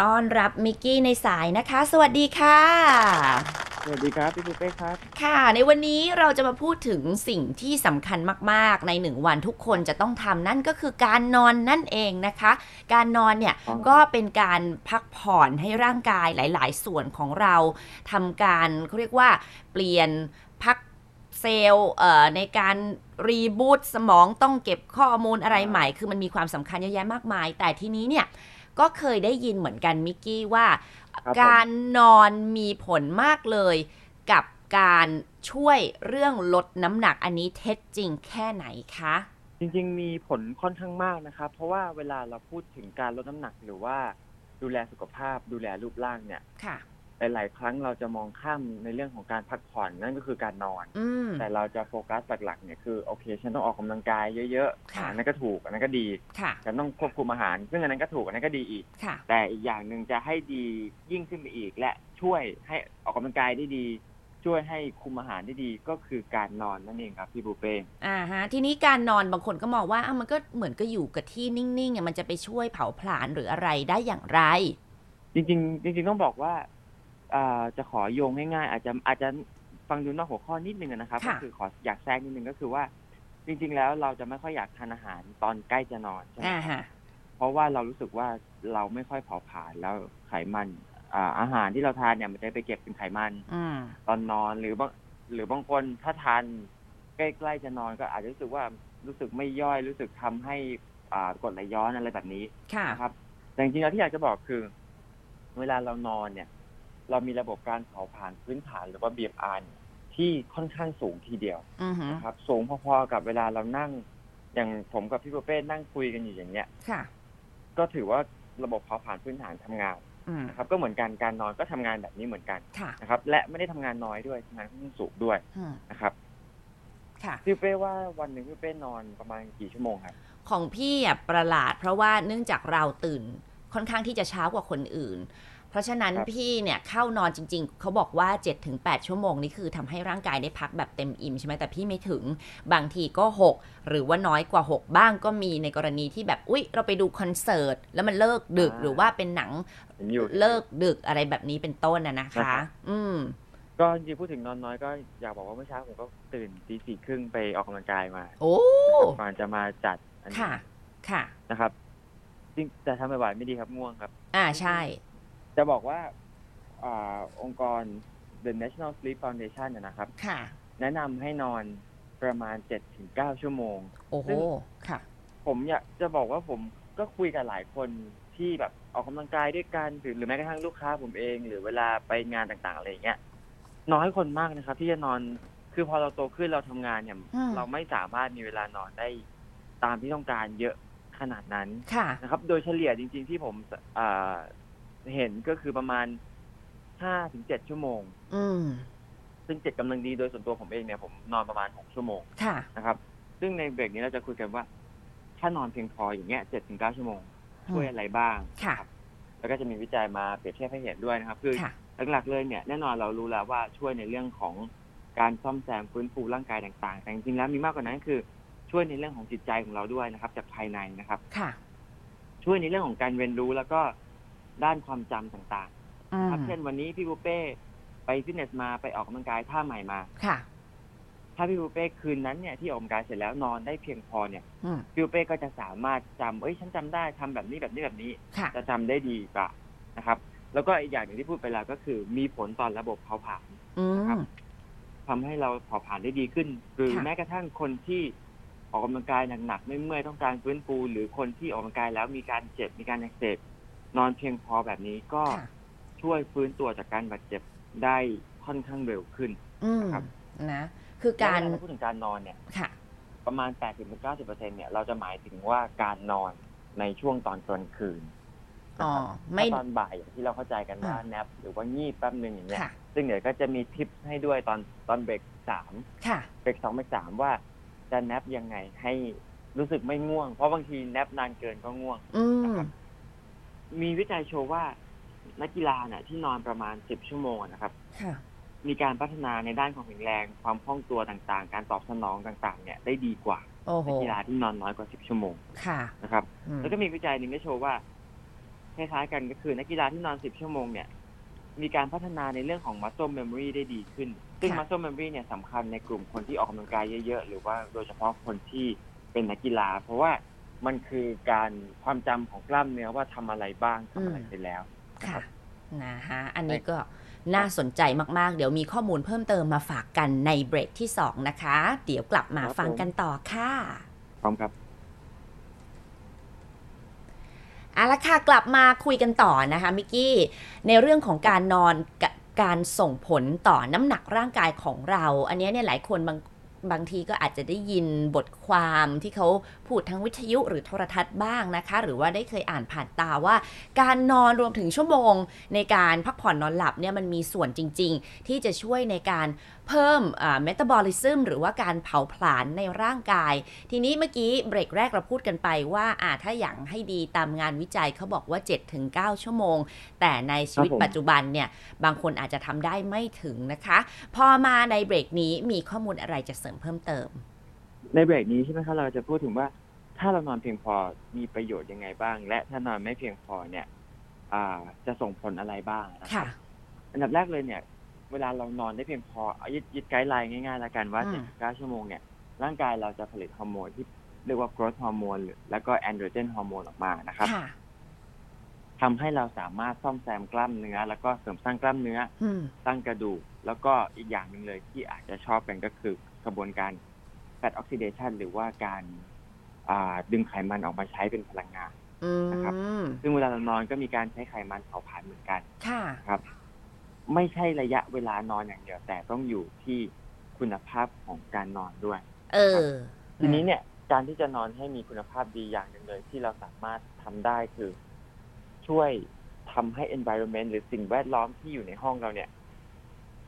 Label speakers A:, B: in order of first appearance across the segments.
A: ต้อนรับมิกกี้ในสายนะคะ สวัสดีค่ะ
B: สวัสดีครับ พี่ปูเป้ครับ
A: ค่ะ ในวันนี้เราจะมาพูดถึงสิ่งที่สำคัญมากๆ ในหนึ่งวันทุกคนจะต้องทำนั่นก็คือการนอนนั่นเองนะคะ การนอนเนี่ย
B: อ๋อ
A: ก็เป็นการพักผ่อนให้ร่างกายหลาย ๆ ส่วนของเราทำการเขาเรียกว่าเปลี่ยนพักเซลล์เอ่อในการรีบูตสมองต้องเก็บข้อมูลอะไรใหม่ คือมันมีความสำคัญเยอะแยะมากมาย แต่ทีนี้เนี่ยก็เคยได้ยินเหมือนกันมิกกี้ว่า
B: ครับผม
A: การนอนมีผลมากเลย กับการช่วยเรื่องลดน้ำหนักอันนี้เท็จจริงแค่ไหนคะ
B: จริงๆ มีผลค่อนข้างมากนะครับ เพราะว่าเวลาเราพูดถึงการลดน้ำหนักหรือว่าดูแลสุขภาพ ดูแลรูปร่างเนี่ย
A: ค่ะ
B: หลายๆ ครั้งเราจะมองข้ามในเรื่องของการพักผ่อนนั่นก็คือการนอน
A: อืม
B: แต่เราจะโฟกัสหลักๆเนี่ยคือโอเค ฉันต้องออกกำลังกายเยอะๆ
A: ค่ะ
B: อันนั้นก็ถูกอันนั้นก็ดี
A: ค่ะ
B: ฉันต้องควบคุมอาหาร ซึ่งอันนั้นก็ถูกอันนั้นก็ดีอีก
A: ค่ะ
B: แต่อีกอย่างหนึ่งจะให้ดียิ่งขึ้นไปอีก และช่วยให้ออกกำลังกายได้ดี ช่วยให้คุมอาหารได้ดีก็คือการนอนนั่นเองครับพี่ปูเป้
A: อ่าฮะ ทีนี้การนอนบางคนก็มองว่าอ้าวมันก็เหมือนก็อยู่กับที่นิ่งๆอ่ะมันจะไปช่วยเผาผลาญหรืออะไรได้อย่างไร
B: จริงๆจริงๆต้องบอกว่าอ่าจะขอโยงง่ายๆ อาจจะอาจจะฟังดูนอกหัวข้อนิดนึงอะนะครับ
A: ค่ะ
B: ก็คือขออยากแทรกนิดนึงก็คือว่า จริง ๆ แล้วเราจะไม่ค่อยอยากทานอาหารตอนใกล้จะนอนใช่ไหม
A: อ่าฮะ
B: เพราะว่าเรารู้สึกว่าเราไม่ค่อยเผาผลาญแล้วไขมันอ่าอาหารที่เราทานเนี่ยมันจะไปเก็บเป็นไขมัน
A: อืม
B: ตอนนอนหรือบางหรือบางคนถ้าทานใกล้ๆจะนอนก็อาจจะรู้สึกว่ารู้สึกไม่ย่อยรู้สึกทำให้อ่ากรดไหลย้อนอะไรแบบนี้
A: ค่ะ
B: นะครับแต่จริงๆแล้วที่อยากจะบอกคือ เวลาเรานอนเนี่ย เรามีระบบการเผาผลาญพื้นฐานหรือว่า BMR เนี่ยที่ค่อนข้างสูงทีเดียว
A: อือฮึ
B: นะครับสูงพอๆกับเวลาเรานั่ง อย่างผมกับพี่ประเป้นั่งคุยกันอยู่อย่างเนี้ย
A: ค่ะ
B: ก็ถือว่าระบบเผาผลาญพื้นฐานทำงาน
A: อืม
B: นะครับ ก็เหมือนกันการนอนก็ทำงานแบบนี้เหมือนกัน
A: ค่ะ
B: นะครับ และไม่ได้ทำงานน้อยด้วยทำงานค่อนข้างสูงด้วย
A: อืม
B: นะครับ
A: ค่ะ
B: พี่เป้ว่าวันหนึ่งพี่เป้นอนประมาณกี่ชั่วโมงครับ
A: ของพี่อ่ะประหลาดเพราะว่าเนื่องจากเราตื่นค่อนข้างที่จะเช้ากว่าคนอื่น เพราะฉะนั้น
B: ครับ
A: พี่เนี่ยเข้านอนจริง ๆ เขาบอกว่า 7-8 ชั่วโมงนี่คือทำให้ร่างกายได้พักแบบเต็มอิ่มใช่ไหมแต่พี่ไม่ถึงบางทีก็ 6 หรือว่าน้อยกว่า 6 บ้างก็มีในกรณีที่แบบอุ๊ย เราไปดูคอนเสิร์ต แล้วมันเลิกดึกหรือว่าเป็นหนัง
B: เห็นอยู่
A: เลิกดึกอะไรแบบนี้เป็นต้นนะนะ
B: นะครั
A: คะ
B: บ
A: อืม
B: ก็จริงๆพูดถึงนอนน้อยก็อยากบอกว่าเมื่อเช้าผมก็ตื่นตีสี่ครึ่งไปออกกำลังกายมา
A: โอ้
B: ก่อนจะมาจัดอันนี้
A: ค่ะ ค่ะ
B: นะครับ จริงแต่ทำบ่ายๆไม่ดีครับง่วงครับ
A: อ่าใช่
B: จะบอกว่าอ่าองค์กร The National Sleep Foundation นะนะครับ
A: ค่ะ
B: แนะนำให้นอนประมาณ 7-9 ชั่วโมง
A: โอ้โหค่ะ
B: ผมอยากจะบอกว่าผมก็คุยกับหลายคนที่แบบออกกำลังกายด้วยกันหรือหรือแม้กระทั่งลูกค้าผมเอง หรือเวลาไปงานต่างๆอะไรอย่างเงี้ยน้อยคนมากนะครับ ที่จะนอนคือพอเราโตขึ้นเราทำงานเนี่ย
A: อืม
B: เราไม่สามารถมีเวลานอนได้ตามที่ต้องการเยอะขนาดนั้น
A: ค่ะ
B: นะครับ โดยเฉลี่ยจริง ๆ ที่ผมอ่าเห็นก็คือประมาณห้าถึงเจ็ดชั่วโมง
A: อืม
B: ซึ่งเจ็ดกำลังดีโดยส่วนตัวผมเองเนี่ยผมนอนประมาณหกชั่วโมง
A: ค่ะ
B: นะครับ ซึ่งในเบรกนี้เราจะคุยกันว่า ถ้านอนเพียงพออย่างเงี้ยเจ็ดถึงเก้าชั่วโมง ช่วยอะไรบ้าง
A: ค่ะ
B: แล้วก็จะมีวิจัยมาเปรียบเทียบให้เห็นด้วยนะครับ คือ
A: ค่ะ
B: หลักๆเลยเนี่ยแน่นอนเรารู้แล้วว่าช่วยในเรื่องของการซ่อมแซมฟื้นฟูร่างกายต่างๆ แต่จริงๆแล้วมีมากกว่านั้นคือช่วยในเรื่องของจิตใจของเราด้วยนะครับ จากภายในนะครับ
A: ค่ะ
B: ช่วยในเรื่องของการเรียนรู้แล้วก็ด้านความจำต่าง
A: อื
B: ๆ
A: ม
B: ครับเช่นวันนี้พี่บุฟเป้ไปฟิตเนสมาไปออกกำลังกายท่าใหม่มา
A: ค่ะ
B: ถ้าพี่บุฟเป้คืนนั้นเนี่ยที่ออกกำลังกายเสร็จแล้วนอนได้เพียงพอเนี่ย
A: อืม
B: ฟิวเป้ก็จะสามารถจำเอ้ย ฉันจำได้ทำแบบนี้แบบนี้แบบนี้
A: ค่ะ
B: จะจำได้ดีกว่านะครับ แล้วก็อีกอย่างหนึ่งที่พูดไปแล้วก็คือ มีผลต่อระบบเผาผลาญ
A: อืม
B: ทำให้เราเผาผลาญได้ดีขึ้น หรือ
A: ค่ะ
B: แม้กระทั่งคนที่ออกกำลังกายหนักๆไม่เมื่อยต้องการฟื้นฟู หรือคนที่ออกกำลังกายแล้วมีการเจ็บมีการอักเสบนอนเพียงพอแบบนี้ก็
A: ค่ะ
B: ช่วยฟื้นตัวจากการบาดเจ็บได้ค่อนข้างเร็วขึ้น
A: อืม
B: ครับ
A: นะ คือการ
B: แล้วเวลพูดถึงการนอนเนี่ย
A: ค่ะ
B: ประมาณ 80-90%เนี่ยเราจะหมายถึงว่าการนอนในช่วงตอนกลางคืน
A: อ๋อ
B: นะครับ
A: ไม่
B: ถ้าตอนบ่ายอย่างที่เราเข้าใจกันว่า
A: อ่า
B: แนปหรือว่างีบแป๊บหนึ่งอย่างเงี้ย
A: ค่ะ
B: ซึ่งเดี๋ยวก็จะมีทิปให้ด้วยตอนตอนเบรกสาม
A: ค่ะ
B: เบรกสองเบรกสามว่าจะแนปยังไงให้รู้สึกไม่ง่วง เพราะบางทีแนปนานเกินก็ง่วง
A: อืม
B: มีวิจัยโชว์ว่านักกีฬาเนี่ยที่นอนประมาณ 10 ชั่วโมงนะครับ
A: ค่ะ
B: มีการพัฒนาในด้านความแข็งแรง ความคล่องตัวต่างๆ การตอบสนองต่างๆ เนี่ยได้ดีกว่า
A: โอ้โห
B: นักกีฬาที่นอนน้อยกว่า 10 ชั่วโมง
A: ค่ะ
B: นะครับ
A: อืม
B: แล้วก็มีวิจัยหนึ่งได้โชว์ว่า คล้ายๆกันก็คือนักกีฬาที่นอน 10 ชั่วโมงเนี่ย มีการพัฒนาในเรื่องของ muscle memory ได้ดีขึ้น ซึ่ง
A: ค่ะ
B: muscle memory เนี่ยสำคัญในกลุ่มคนที่ออกกำลังกายเยอะๆ หรือว่าโดยเฉพาะคนที่เป็นนักกีฬา เพราะว่ามันคือการความจำของกล้ามเนื้อว่าทำอะไรบ้างทำอะไร
A: อืม
B: ไปแล้ว
A: ค่ะนะฮะอันนี้ก็น่าสนใจมาก ๆ เดี๋ยวมีข้อมูลเพิ่มเติมมาฝากกันในเบรกที่ 2 นะคะ เดี๋ยวกลับมา
B: ครับ
A: ฟัง
B: ผม
A: กันต่อค่ะ
B: พร้อมครับ
A: เอาละค่ะกลับมาคุยกันต่อนะคะมิกกี้ในเรื่องของการนอนกับการส่งผลต่อน้ำหนักร่างกายของเรา อันเนี้ยเนี่ยหลายคนบางบางทีก็อาจจะได้ยินบทความที่เขาพูดทั้งวิทยุหรือโทรทัศน์บ้างนะคะ หรือว่าได้เคยอ่านผ่านตาว่า การนอนรวมถึงชั่วโมง ในการพักผ่อนนอนหลับเนี่ยมันมีส่วนจริง ๆ ที่จะช่วยในการเพิ่มเมตาบอลิซึมหรือว่าการเผาผลาญในร่างกาย ทีนี้เมื่อกี้เบรกแรกเราพูดกันไปว่าอ่าถ้าอย่างให้ดีตามงานวิจัยเขาบอกว่า 7-9 ชั่วโมง แต่ในชีวิต
B: ครับผม
A: ปัจจุบันเนี่ย บางคนอาจจะทำได้ไม่ถึงนะคะ พอมาในเบรกนี้มีข้อมูลอะไรจะเสริมเพิ่มเติม
B: ในเบรกนี้ใช่ไหมครับเราจะพูดถึงว่าถ้าเรานอนเพียงพอมีประโยชน์ยังไงบ้าง และถ้านอนไม่เพียงพอเนี่ยอ่าจะส่งผลอะไรบ้างนะครับ
A: ค่ะ
B: อันดับแรกเลยเนี่ย เวลาเรานอนได้เพียงพอเอายึดยึดไกด์ไลน์ง่ายๆ แล้วกันว่า
A: อืม
B: เจ็ดถึงเก้าชั่วโมงเนี่ย ร่างกายเราจะผลิตฮอร์โมนที่เรียกว่า growth hormone หรือแล้วก็ androgen hormone ออกมานะครับ
A: ค่ะ
B: ทำให้เราสามารถซ่อมแซมกล้ามเนื้อ แล้วก็เสริมสร้างกล้ามเนื้อ
A: อืม
B: สร้างกระดูก แล้วก็อีกอย่างหนึ่งเลยที่อาจจะชอบกันก็คือกระบวนการ fat oxidation หรือว่าการอ่าดึงไขมันออกมาใช้เป็นพลังงาน
A: อื
B: นะครับ
A: ม
B: ซึ่งเวลาเรานอนก็มีการใช้ไขมันเผาผลาญเหมือนกัน
A: ค่ะ
B: ครับไม่ใช่ระยะเวลานอนอย่างเดียว แต่ต้องอยู่ที่คุณภาพของการนอนด้วย
A: เออ
B: ทีนี้เนี่ยการที่จะนอนให้มีคุณภาพดีอย่างหนึ่งเลย ที่เราสามารถทำได้คือช่วยทำให้ environment หรือสิ่งแวดล้อมที่อยู่ในห้องเราเนี่ย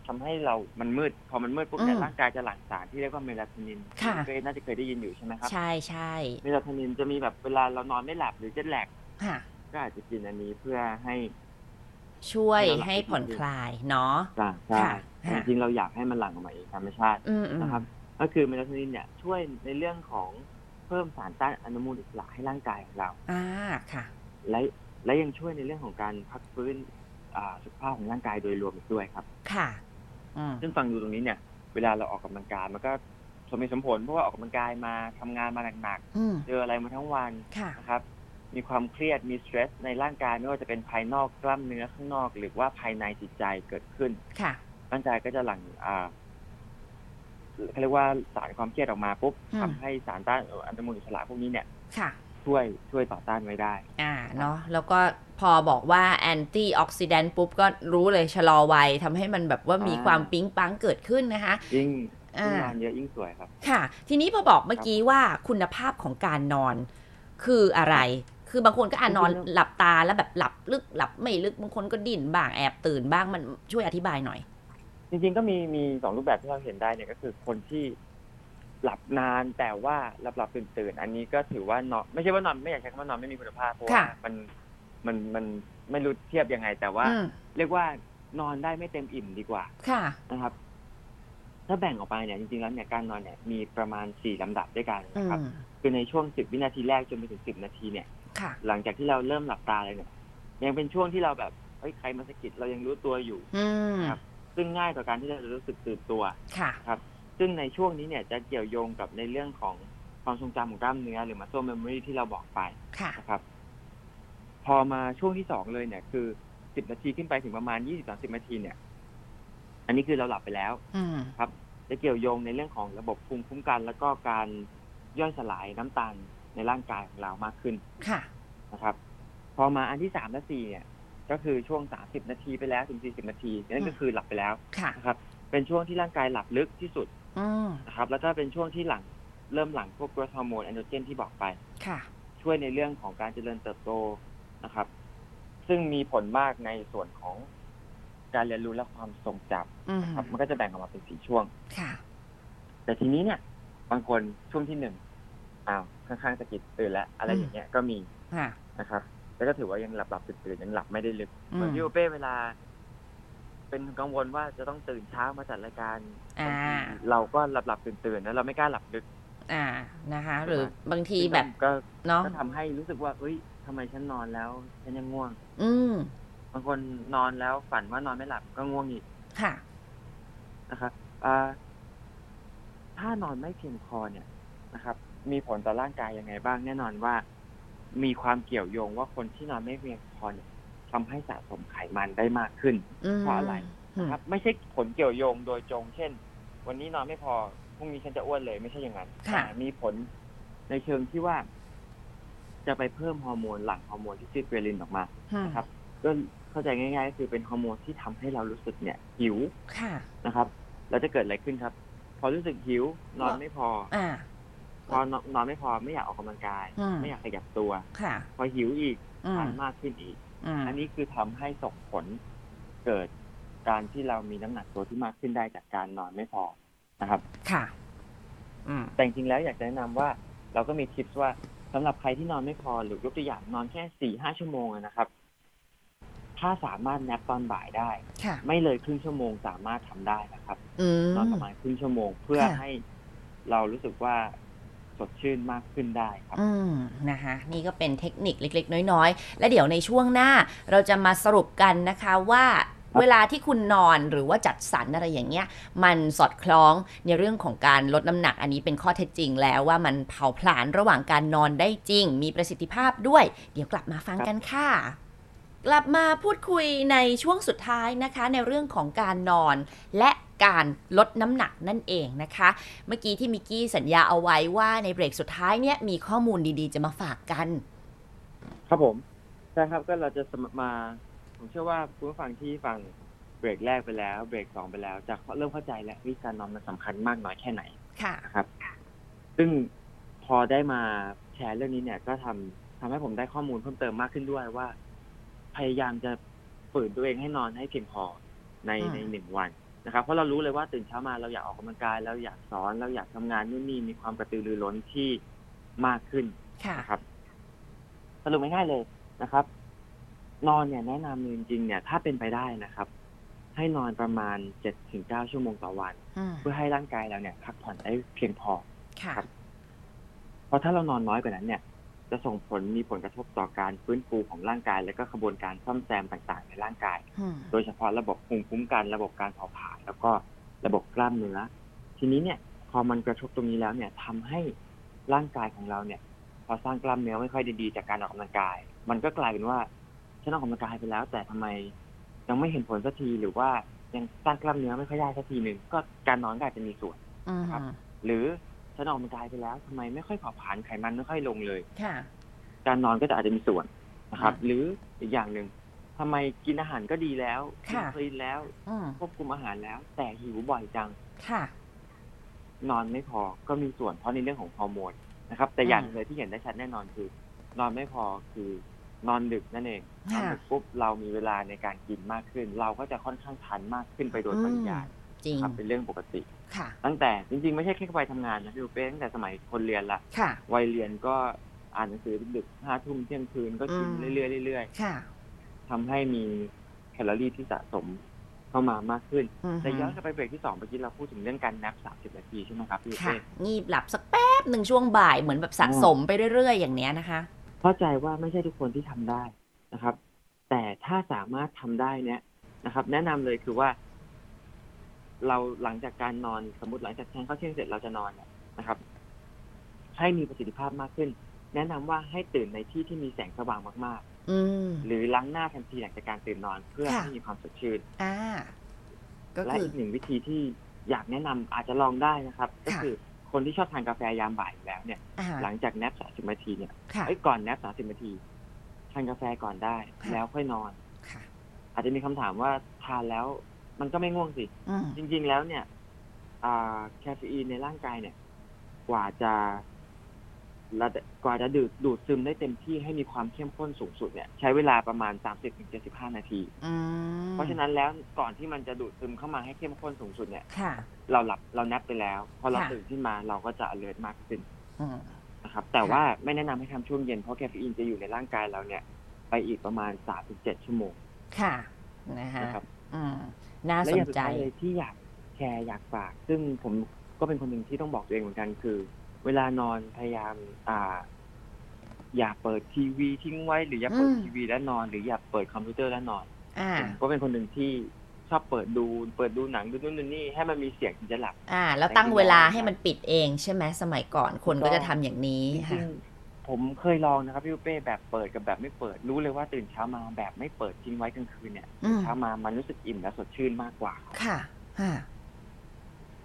B: ทำให้เรามันมืด พอมันมืดปุ๊บเนี่ยร่างกายจะหลั่งสารที่เรียกว่าเมลาโทนิน
A: ค่ะ
B: เกรซน่าจะเคยได้ยินอยู่ใช่ไหมครับ
A: ใช่ใช่
B: เมลาโทนินจะมีแบบเวลาเรานอนไม่หลับหรือเจ็แลก
A: ค่ะ
B: ก็อาจจะกินอันนี้เพื่อให้
A: ช่วย
B: เวลาเรา
A: ให้ผ่อนคลายเนาะ
B: หลั่งใช่
A: ค่ะค่ะ
B: จริงๆเราอยากให้มันหลั่งออกมาเองธรรมชาติ
A: อืมอืม
B: นะครับก็คือเมลาโทนินเนี่ยช่วยในเรื่องของเพิ่มสารต้านอนุมูลอิสระให้ร่างกายของเรา
A: อ่าค่ะ
B: และและยังช่วยในเรื่องของการพักฟื้นอ่าสุขภาพของร่างกายโดยรวมอีกด้วยครับ
A: ค่ะ อืม
B: ซึ่งฟังดูตรงนี้เนี่ย เวลาเราออกกำลังกายมันก็สมเหตุสมผลเพราะว่าออกกำลังกายมาทำงานมาหนัก
A: อืม
B: ๆเจออะไรมาทั้งวัน
A: ค่ะ
B: นะครับ มีความเครียดมีสเตรสในร่างกายไม่ว่าจะเป็นภายนอกกล้ามเนื้อข้างนอก หรือว่าภายในจิตใจเกิดขึ้น
A: ค่ะ
B: ร่างกายก็จะหลั่งอ่าเขาเรียกว่าสารความเครียดออกมาปุ๊บ
A: อืม
B: ทำให้สารต้านอนุมูลอิสระพวกนี้เนี่ย
A: ค่ะ
B: ช่วยช่วยต่อต้านไว้ได้
A: อ่าเนาะแล้วก็พอบอกว่าแอนตี้ออกซิแดนต์ปุ๊บก็รู้เลยชะลอวัยทำให้มันแบบว่ามี
B: อ่า
A: ความปิ๊งปังเกิดขึ้นนะคะ
B: ยิ่ง
A: อ่า
B: ยิ่งนอนเยอะยิ่งสวยครับ
A: ค่ะ ทีนี้พอบอกเมื่อกี้ว่าคุณภาพของการนอนคืออะไร คือบางคนก็อ่านนอน
B: จริงๆแล้ว
A: หลับตาแล้วแบบหลับลึกหลับไม่ลึกบางคนก็ดิ่นบ้างแอบตื่นบ้างมันช่วยอธิบายหน่อย
B: จริง ๆ ก็มีมีสองรูปแบบที่เราเห็นได้เนี่ยก็คือคนที่หลับนานแต่ว่าหลับหลับตื่นตื่นๆอันนี้ก็ถือว่านอนไม่ใช่ว่านอนไม่อยากใช้คำว่านอนไม่มีคุณภาพเพราะว่า
A: ค่ะ
B: มันมันมันไม่รู้เทียบยังไง แต่ว่า
A: อืม
B: เรียกว่านอนได้ไม่เต็มอิ่มดีกว่า
A: ค่ะ
B: นะครับ ถ้าแบ่งออกไปเนี่ยจริงๆแล้วเนี่ยการนอนเนี่ยมีประมาณสี่ลำดับด้วยกัน
A: อื
B: นะครับ
A: ม
B: คือในช่วงสิบวินาทีแรกจนไปถึงสิบนาทีเนี่ย
A: ค่ะ
B: หลังจากที่เราเริ่มหลับตาเลยเนี่ย ยังเป็นช่วงที่เราแบบเฮ้ยใครมาสะกิดเรายังรู้ตัวอยู่
A: อืม
B: ครับ ซึ่งง่ายต่อการที่เราจะรู้สึกตื่นตัว
A: ค่ะ
B: ซึ่งในช่วงนี้เนี่ยจะเกี่ยวโยงกับในเรื่องของความทรงจำของกล้ามเนื้อหรือมาโซเมมโมรีที่เราบอกไป
A: ค่ะ
B: นะครับ พอมาช่วงที่สองเลยเนี่ย คือสิบนาทีขึ้นไปถึงประมาณยี่สิบสามสิบนาทีเนี่ย อันนี้คือเราหลับไปแล้ว
A: อืม
B: ครับจะเกี่ยวโยงในเรื่องของระบบภูมิคุ้มกัน แล้วก็การย่อยสลายน้ำตาลในร่างกายของเรามากขึ้น
A: ค่ะ
B: นะครับ พอมาอันที่สามและสี่เนี่ย ก็คือช่วงสามสิบนาทีไปแล้วถึงสี่สิบนาทีนั่นก็คือหลับไปแล้ว
A: ค่ะ
B: นะครับ เป็นช่วงที่ร่างกายหลับลึกที่สุด
A: อืม
B: นะครับ แล้วก็เป็นช่วงที่หลังเริ่มหลังพวกกรดฮอร์โมนแอนโดรเจนที่บอกไป
A: ค่ะ
B: ช่วยในเรื่องของการเจริญเติบโตนะครับ ซึ่งมีผลมากในส่วนของการเรียนรู้และความทรงจ
A: อืม
B: ำครับ มันก็จะแบ่งออกมาเป็นสี่ช่วง
A: ค่ะ
B: แต่ทีนี้เนี่ยบางคนช่วงที่หนึ่งอ้าวข้างๆสะกิดตื่นแล้วอะไรอย่างเงี้ยก็มี
A: ค่ะ
B: นะครับ แล้วก็ถือว่ายังหลับหลับตื่นตื่นๆยังหลับไม่ได้ลึก
A: อืม
B: เหมือนพี่โอเป้เวลา เป็นกังวลว่าจะต้องตื่นเช้ามาจัดรายการ
A: อ่า
B: บางทีเราก็หลับหลับตื่นตื่นๆแล้วเราไม่กล้าหลับลึก
A: อ่านะคะ หรือบางทีแบบ
B: ก็
A: เนาะ
B: ก็ทำให้รู้สึกว่าเอ้ยทำ ทำไมฉันนอนแล้วฉันยังง่วง
A: อืม
B: บางคนนอนแล้วฝันว่านอนไม่หลับก็ง่วงอีก
A: ค่ะ
B: นะครับอ่าถ้านอนไม่เพียงพอเนี่ยนะครับ มีผลต่อร่างกายยังไงบ้างแน่นอนว่า มีความเกี่ยวโยงว่าคนที่นอนไม่เพียงพอเนี่ยทำให้สะสมไขมันได้มากขึ้น
A: อืม
B: เพราะอะไร
A: อืม
B: ครับ ไม่ใช่ผลเกี่ยวโยงโดยตรงเช่น วันนี้นอนไม่พอพรุ่งนี้ฉันจะอ้วนเลย ไม่ใช่อย่างนั้น
A: ค่ะ
B: แต่มีผลในเชิงที่ว่า จะไปเพิ่มฮอร์โมนหลั่งฮอร์โมนที่ชื่อเกรลินออกมา นะครับ ก็เข้าใจง่ายๆก็คือเป็นฮอร์โมนที่ทำให้เรารู้สึกเนี่ย หิว
A: ค่ะ
B: นะครับ แล้วจะเกิดอะไรขึ้นครับ พอรู้สึกหิว นอนไม่พอ
A: อ่า
B: พอนอนนอนไม่พอไม่อยากออกกำลังกาย
A: อืม
B: ไม่อยากขยับตัว
A: ค่ะ
B: พอหิวอีก
A: อืม
B: ทานมากขึ้นอีก
A: อืม
B: อันนี้คือทำให้ส่งผลเกิดการที่เรามีน้ำหนักตัวที่มากขึ้นได้จากการนอนไม่พอนะครับ
A: ค่ะ อืม
B: แต่จริงๆแล้วอยากจะแนะนำว่าเราก็มีทิปส์ว่าสำหรับใครที่นอนไม่พอหรือยกตัวอย่างนอนแค่สี่ห้าชั่วโมงอะนะครับ ถ้าสามารถแนปตอนบ่ายได้
A: ค่ะ
B: ไม่เลยครึ่งชั่วโมงสามารถทำได้นะครับ
A: อืม
B: นอนประมาณครึ่งชั่วโมงเพื่อ
A: ค่ะ
B: ให้เรารู้สึกว่าสดชื่นมากขึ้นได้ครับ
A: อืมนะคะนี่ก็เป็นเทคนิคเล็ก ๆ น้อยๆ และเดี๋ยวในช่วงหน้าเราจะมาสรุปกันนะคะว่าเวลาที่คุณนอนหรือว่าจัดสรรอะไรอย่างเงี้ย มันสอดคล้องในเรื่องของการลดน้ำหนักอันนี้เป็นข้อเท็จจริงแล้วว่ามันเผาผลาญระหว่างการนอนได้จริง มีประสิทธิภาพด้วย เดี๋ยวกลับมาฟังกันค่ะ กลับมาพูดคุยในช่วงสุดท้ายนะคะ ในเรื่องของการนอน และการลดน้ำหนักนั่นเองนะคะ เมื่อกี้ที่มิกกี้สัญญาเอาไว้ว่าในเบรกสุดท้ายเนี่ยมีข้อมูลดีๆ จะมาฝากกัน
B: ครับผมใช่ครับก็เราจะสมมา ผมเชื่อว่าคุณผู้ฟังที่ฟังเบรกแรกไปแล้ว เบรกสองไปแล้ว จะเริ่มเข้าใจแล้ววิธีการนอนมันสำคัญมากน้อยแค่ไหน
A: ค่ะ
B: นะครับ ซึ่งพอได้มาแชร์เรื่องนี้เนี่ย ก็ทำทำให้ผมได้ข้อมูลเพิ่มเติมมากขึ้นด้วยว่า พยายามจะฝืนตัวเองให้นอนให้เพียงพอใน
A: อืม
B: ในหนึ่งวันนะครับ เพราะเรารู้เลยว่าตื่นเช้ามาเราอยากออกกำลังกายเราอยากสอนเราอยากทำงานนู่นนี่มีความกระตือรือร้นที่มากขึ้น
A: ค่ะ
B: นะครับสรุปง่ายๆเลยนะครับ นอนเนี่ยแนะนำเลยจริงๆเนี่ย ถ้าเป็นไปได้นะครับ ให้นอนประมาณเจ็ดถึงเก้าชั่วโมงต่อวัน
A: อืม
B: เพื่อให้ร่างกายเราเนี่ยพักผ่อนได้เพียงพอ
A: ค่ะ
B: ครับ เพราะถ้าเรานอนน้อยกว่านั้นเนี่ย จะส่งผลมีผลกระทบต่อการฟื้นฟูของร่างกาย และก็กระบวนการซ่อมแซมต่างๆ ในร่างกาย
A: อืม
B: โดยเฉพาะระบบภูมิคุ้มกัน ระบบการเผาผลาญแล้วก็ระบบกล้ามเนื้อ ทีนี้เนี่ย พอมันกระทบตรงนี้แล้วเนี่ยทำให้ร่างกายของเราเนี่ย พอสร้างกล้ามเนื้อไม่ค่อยดีๆจากการออกกำลังกาย มันก็กลายเป็นว่าฉันออกกำลังกายไปแล้ว แต่ทำไมยังไม่เห็นผลสักทีหรือว่ายังสร้างกล้ามเนื้อไม่ค่อยได้สักทีหนึ่งก็การนอนก็อาจจะมีส่วน
A: อืม
B: ครับ หรือฉันออกกำลังกายไปแล้วทำไมไม่ค่อยเผาผลาญไขมันไม่ค่อยลงเลย
A: ค่ะ
B: การนอนก็จะอาจจะมีส่วนนะครับ
A: อืม
B: หรืออีกอย่างหนึ่งทำไมกินอาหารก็ดีแล้วกิน
A: ค่ะ
B: คลีนแล้ว
A: อืม
B: ควบคุมอาหารแล้ว แต่หิวบ่อยจัง
A: ค่ะ
B: นอนไม่พอก็มีส่วนเพราะในเรื่องของฮอร์โมนนะครับ แต่อย่าง
A: อืม
B: เลยที่เห็นได้ชัดแน่นอนคือ นอนไม่พอคือนอนดึกนั่นเองนอน
A: ค่ะ
B: ดึกปุ๊บเรามีเวลาในการกินมากขึ้น เราก็จะค่อนข้างทานมากขึ้นไปโดยปริยาย
A: จริง
B: ครับเป็นเรื่องปกติ
A: ค่ะ
B: ตั้งแต่จริงๆ ไม่ใช่แค่วัยทำงานนะพี่อุ๊บเป้ตั้งแต่สมัยคนเรียนละ
A: ค่ะ
B: วัยเรียนก็อ่านหนังสือดึกห้าทุ่มเที่ยงคืนก็กิน
A: อืม
B: เรื่อยๆเรื่อย
A: ค่ะ
B: ๆทำให้มีแคลอรี่ที่สะสมเข้ามามากขึ้น
A: อืม
B: แต่ย้อนกลับไปเบรกที่สองเมื่อกี้เราพูดถึงเรื่องการนับสามสิบนาทีใช่ไหมครับพี่
A: ค่ะ
B: เป้
A: งีบหลับสักแป๊บหนึ่งช่วงบ่ายเหมือนแบบสะสมไปเรื่อย ๆ อย่างเนี้ยนะคะ
B: เข้าใจว่าไม่ใช่ทุกคนที่ทำได้นะครับ แต่ถ้าสามารถทำได้เนี่ยนะครับ แนะนำเลยคือว่า เราหลังจากการนอนสมมติหลังจากทานข้าวเที่ยงเสร็จเราจะนอนเนี่ยนะครับ ให้มีประสิทธิภาพมากขึ้น แนะนำว่าให้ตื่นในที่ที่มีแสงสว่างมาก
A: อืม
B: ๆ หรือล้างหน้าทันทีหลังจากการตื่นนอน เพื่อ
A: ค่ะ
B: ให้มีความสดชื่น
A: อ่า ก็
B: และ
A: คือ
B: อีกหนึ่งวิธีที่อยากแนะนำอาจจะลองได้นะครับ ก็
A: ค่ะ
B: คือคนที่ชอบทานกาแฟยามบ่ายอยู่แล้วเนี่ย
A: อ่า
B: หลังจากแนปสามสิบนาทีเนี่ย
A: ค่ะ
B: เอ้ยก่อนแนปสามสิบนาทีทานกาแฟก่อนได้
A: ค่ะ
B: แล้วค่อยนอน
A: ค่ะ
B: อาจจะมีคำถามว่าทานแล้วมันก็ไม่ง่วงสิ
A: อืม
B: จริง ๆ แล้วเนี่ยอ่าแคเฟอีนในร่างกายเนี่ย กว่าจะระดับกว่าจะดูดดูดซึมได้เต็มที่ให้มีความเข้มข้นสูงสุดเนี่ย ใช้เวลาประมาณ 30-75 นาที
A: อืม
B: เพราะฉะนั้นแล้วก่อนที่มันจะดูดซึมเข้ามาให้เข้มข้นสูงสุดเนี่ย
A: ค่ะ
B: เราหลับเรานับไปแล้ว พอเรา
A: ค่ะ
B: ตื่นขึ้นมาเราก็จะ alert มากขึ้น
A: อืม
B: นะครับแต่
A: ค่ะ
B: ว่าไม่แนะนำให้ทำช่วงเย็นเพราะแคเฟอีนจะอยู่ในร่างกายเราเนี่ย ไปอีกประมาณสามถึงเจ็ดชั่วโมง
A: ค่ะนะคะ
B: นะครับ
A: อืมน่า
B: และ
A: ส
B: อน ย่างสุด
A: ใจ
B: ท้ายเลยที่อยากแชร์อยากฝาก ซึ่งผมก็เป็นคนหนึ่งที่ต้องบอกตัวเองเหมือนกันคือ เวลานอนพยายามอ่า อย่าเปิดทีวีทิ้งไว้หรืออย่าเปิด
A: อืม
B: ทีวีแล้วนอน หรืออย่าเปิดคอมพิวเตอร์แล้วนอน
A: อ่า
B: ผมก็เป็นคนหนึ่งที่ชอบเปิดดูเปิดดูหนังดูนู่นดูนี่ให้มันมีเสียงถึงจะหลับ
A: อ่า แล้วตั้งเวลาให้มันปิดเองใช่ไหมสมัยก่อนคนก็จะทำอย่างนี้
B: จริ
A: ค่ะ
B: งๆผมเคยลองนะครับพี่ปุ้ยเป้แบบเปิดกับแบบไม่เปิด รู้เลยว่าตื่นเช้ามาแบบไม่เปิดทิ้งไว้กลางคืนเนี่ย
A: อืม
B: เช้ามามันรู้สึกอิ่มและสดชื่นมากกว่า
A: ค่ะค่ะ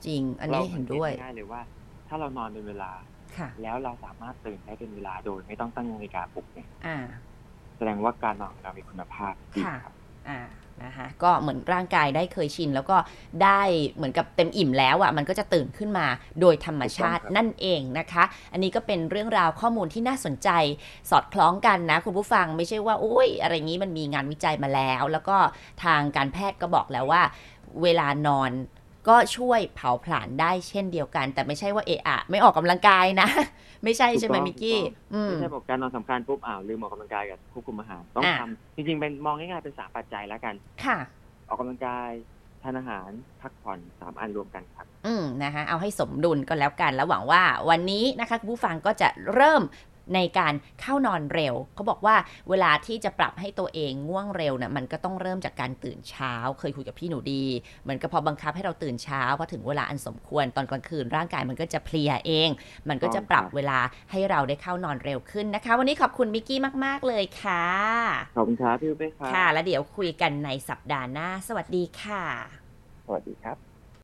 A: จริง อันนี้เห็นด้วย
B: ราสังกตง่ายๆเลยว่า ถ้าเรานอนเป็นเวลา
A: ค่ะ
B: แล้วเราสามารถตื่นได้เป็นเวลาโดยไม่ต้องตั้งนาฬิกาปลุกเนี่ย
A: อ่า
B: แสดงว่าการนอนของเรามีคุณภาพดี
A: ค่ะ
B: ครับ
A: อ่า นะคะ ก็เหมือนร่างกายได้เคยชิน แล้วก็ได้เหมือนกับเต็มอิ่มแล้วอะ่ะ มันก็จะตื่นขึ้นมาโดยธรรมชาตินั่นเองนะคะ อันนี้ก็เป็นเรื่องราวข้อมูลที่น่าสนใจสอดคล้องกันนะ คุณผู้ฟังไม่ใช่ว่าโอ้ย อะไรอย่างนี้มันมีงานวิจัยมาแล้ว แล้วก็ทางการแพทย์ก็บอกแล้วว่า เวลานอนก็ช่วยเผาผลาญได้เช่นเดียวกัน แต่ไม่ใช่ว่าเอะอะไม่ออกกำลังกายนะ ไม่ใช่ใช่ไหมมิกกี้ อืม
B: ไม่ใช่บอกการนอนสำคัญปุ๊บอ้าวลืมออกกำลังกายกับควบคุมอาหารต้อง
A: อ่ะ
B: ทำจริงๆเป็นมองง่ายๆเป็นสามปัจจัยแล้วกัน
A: ค่ะ
B: ออกกำลังกายทานอาหารพักผ่อนสามอันรวมกันครับ
A: อืมนะคะเอาให้สมดุลก็แล้วกัน แล้วหวังว่าวันนี้นะคะคุณผู้ฟังก็จะเริ่มในการเข้านอนเร็วเขาบอกว่าเวลาที่จะปรับให้ตัวเองง่วงเร็วนะ่ะมันก็ต้องเริ่มจากการตื่นเช้า เคยคุยกับพี่หนูดีเหมือนกับพอบังคับให้เราตื่นเช้าพอถึงเวลาอันสมควรตอนกลางคืนร่างกายมันก็จะเพลียเอง มันก็จะปรับเวลาให้เราได้เข้านอนเร็วขึ้นนะคะ วันนี้ขอบคุณมิกกี้มาก ๆ เลยค่ะ
B: ขอบคุณครับพี่ปุ้ยเป้ครับ
A: ค่ะ แล้วเดี๋ยวคุยกันในสัปดาห์หน้า สวัสดีค่ะ
B: สวัสดีครับ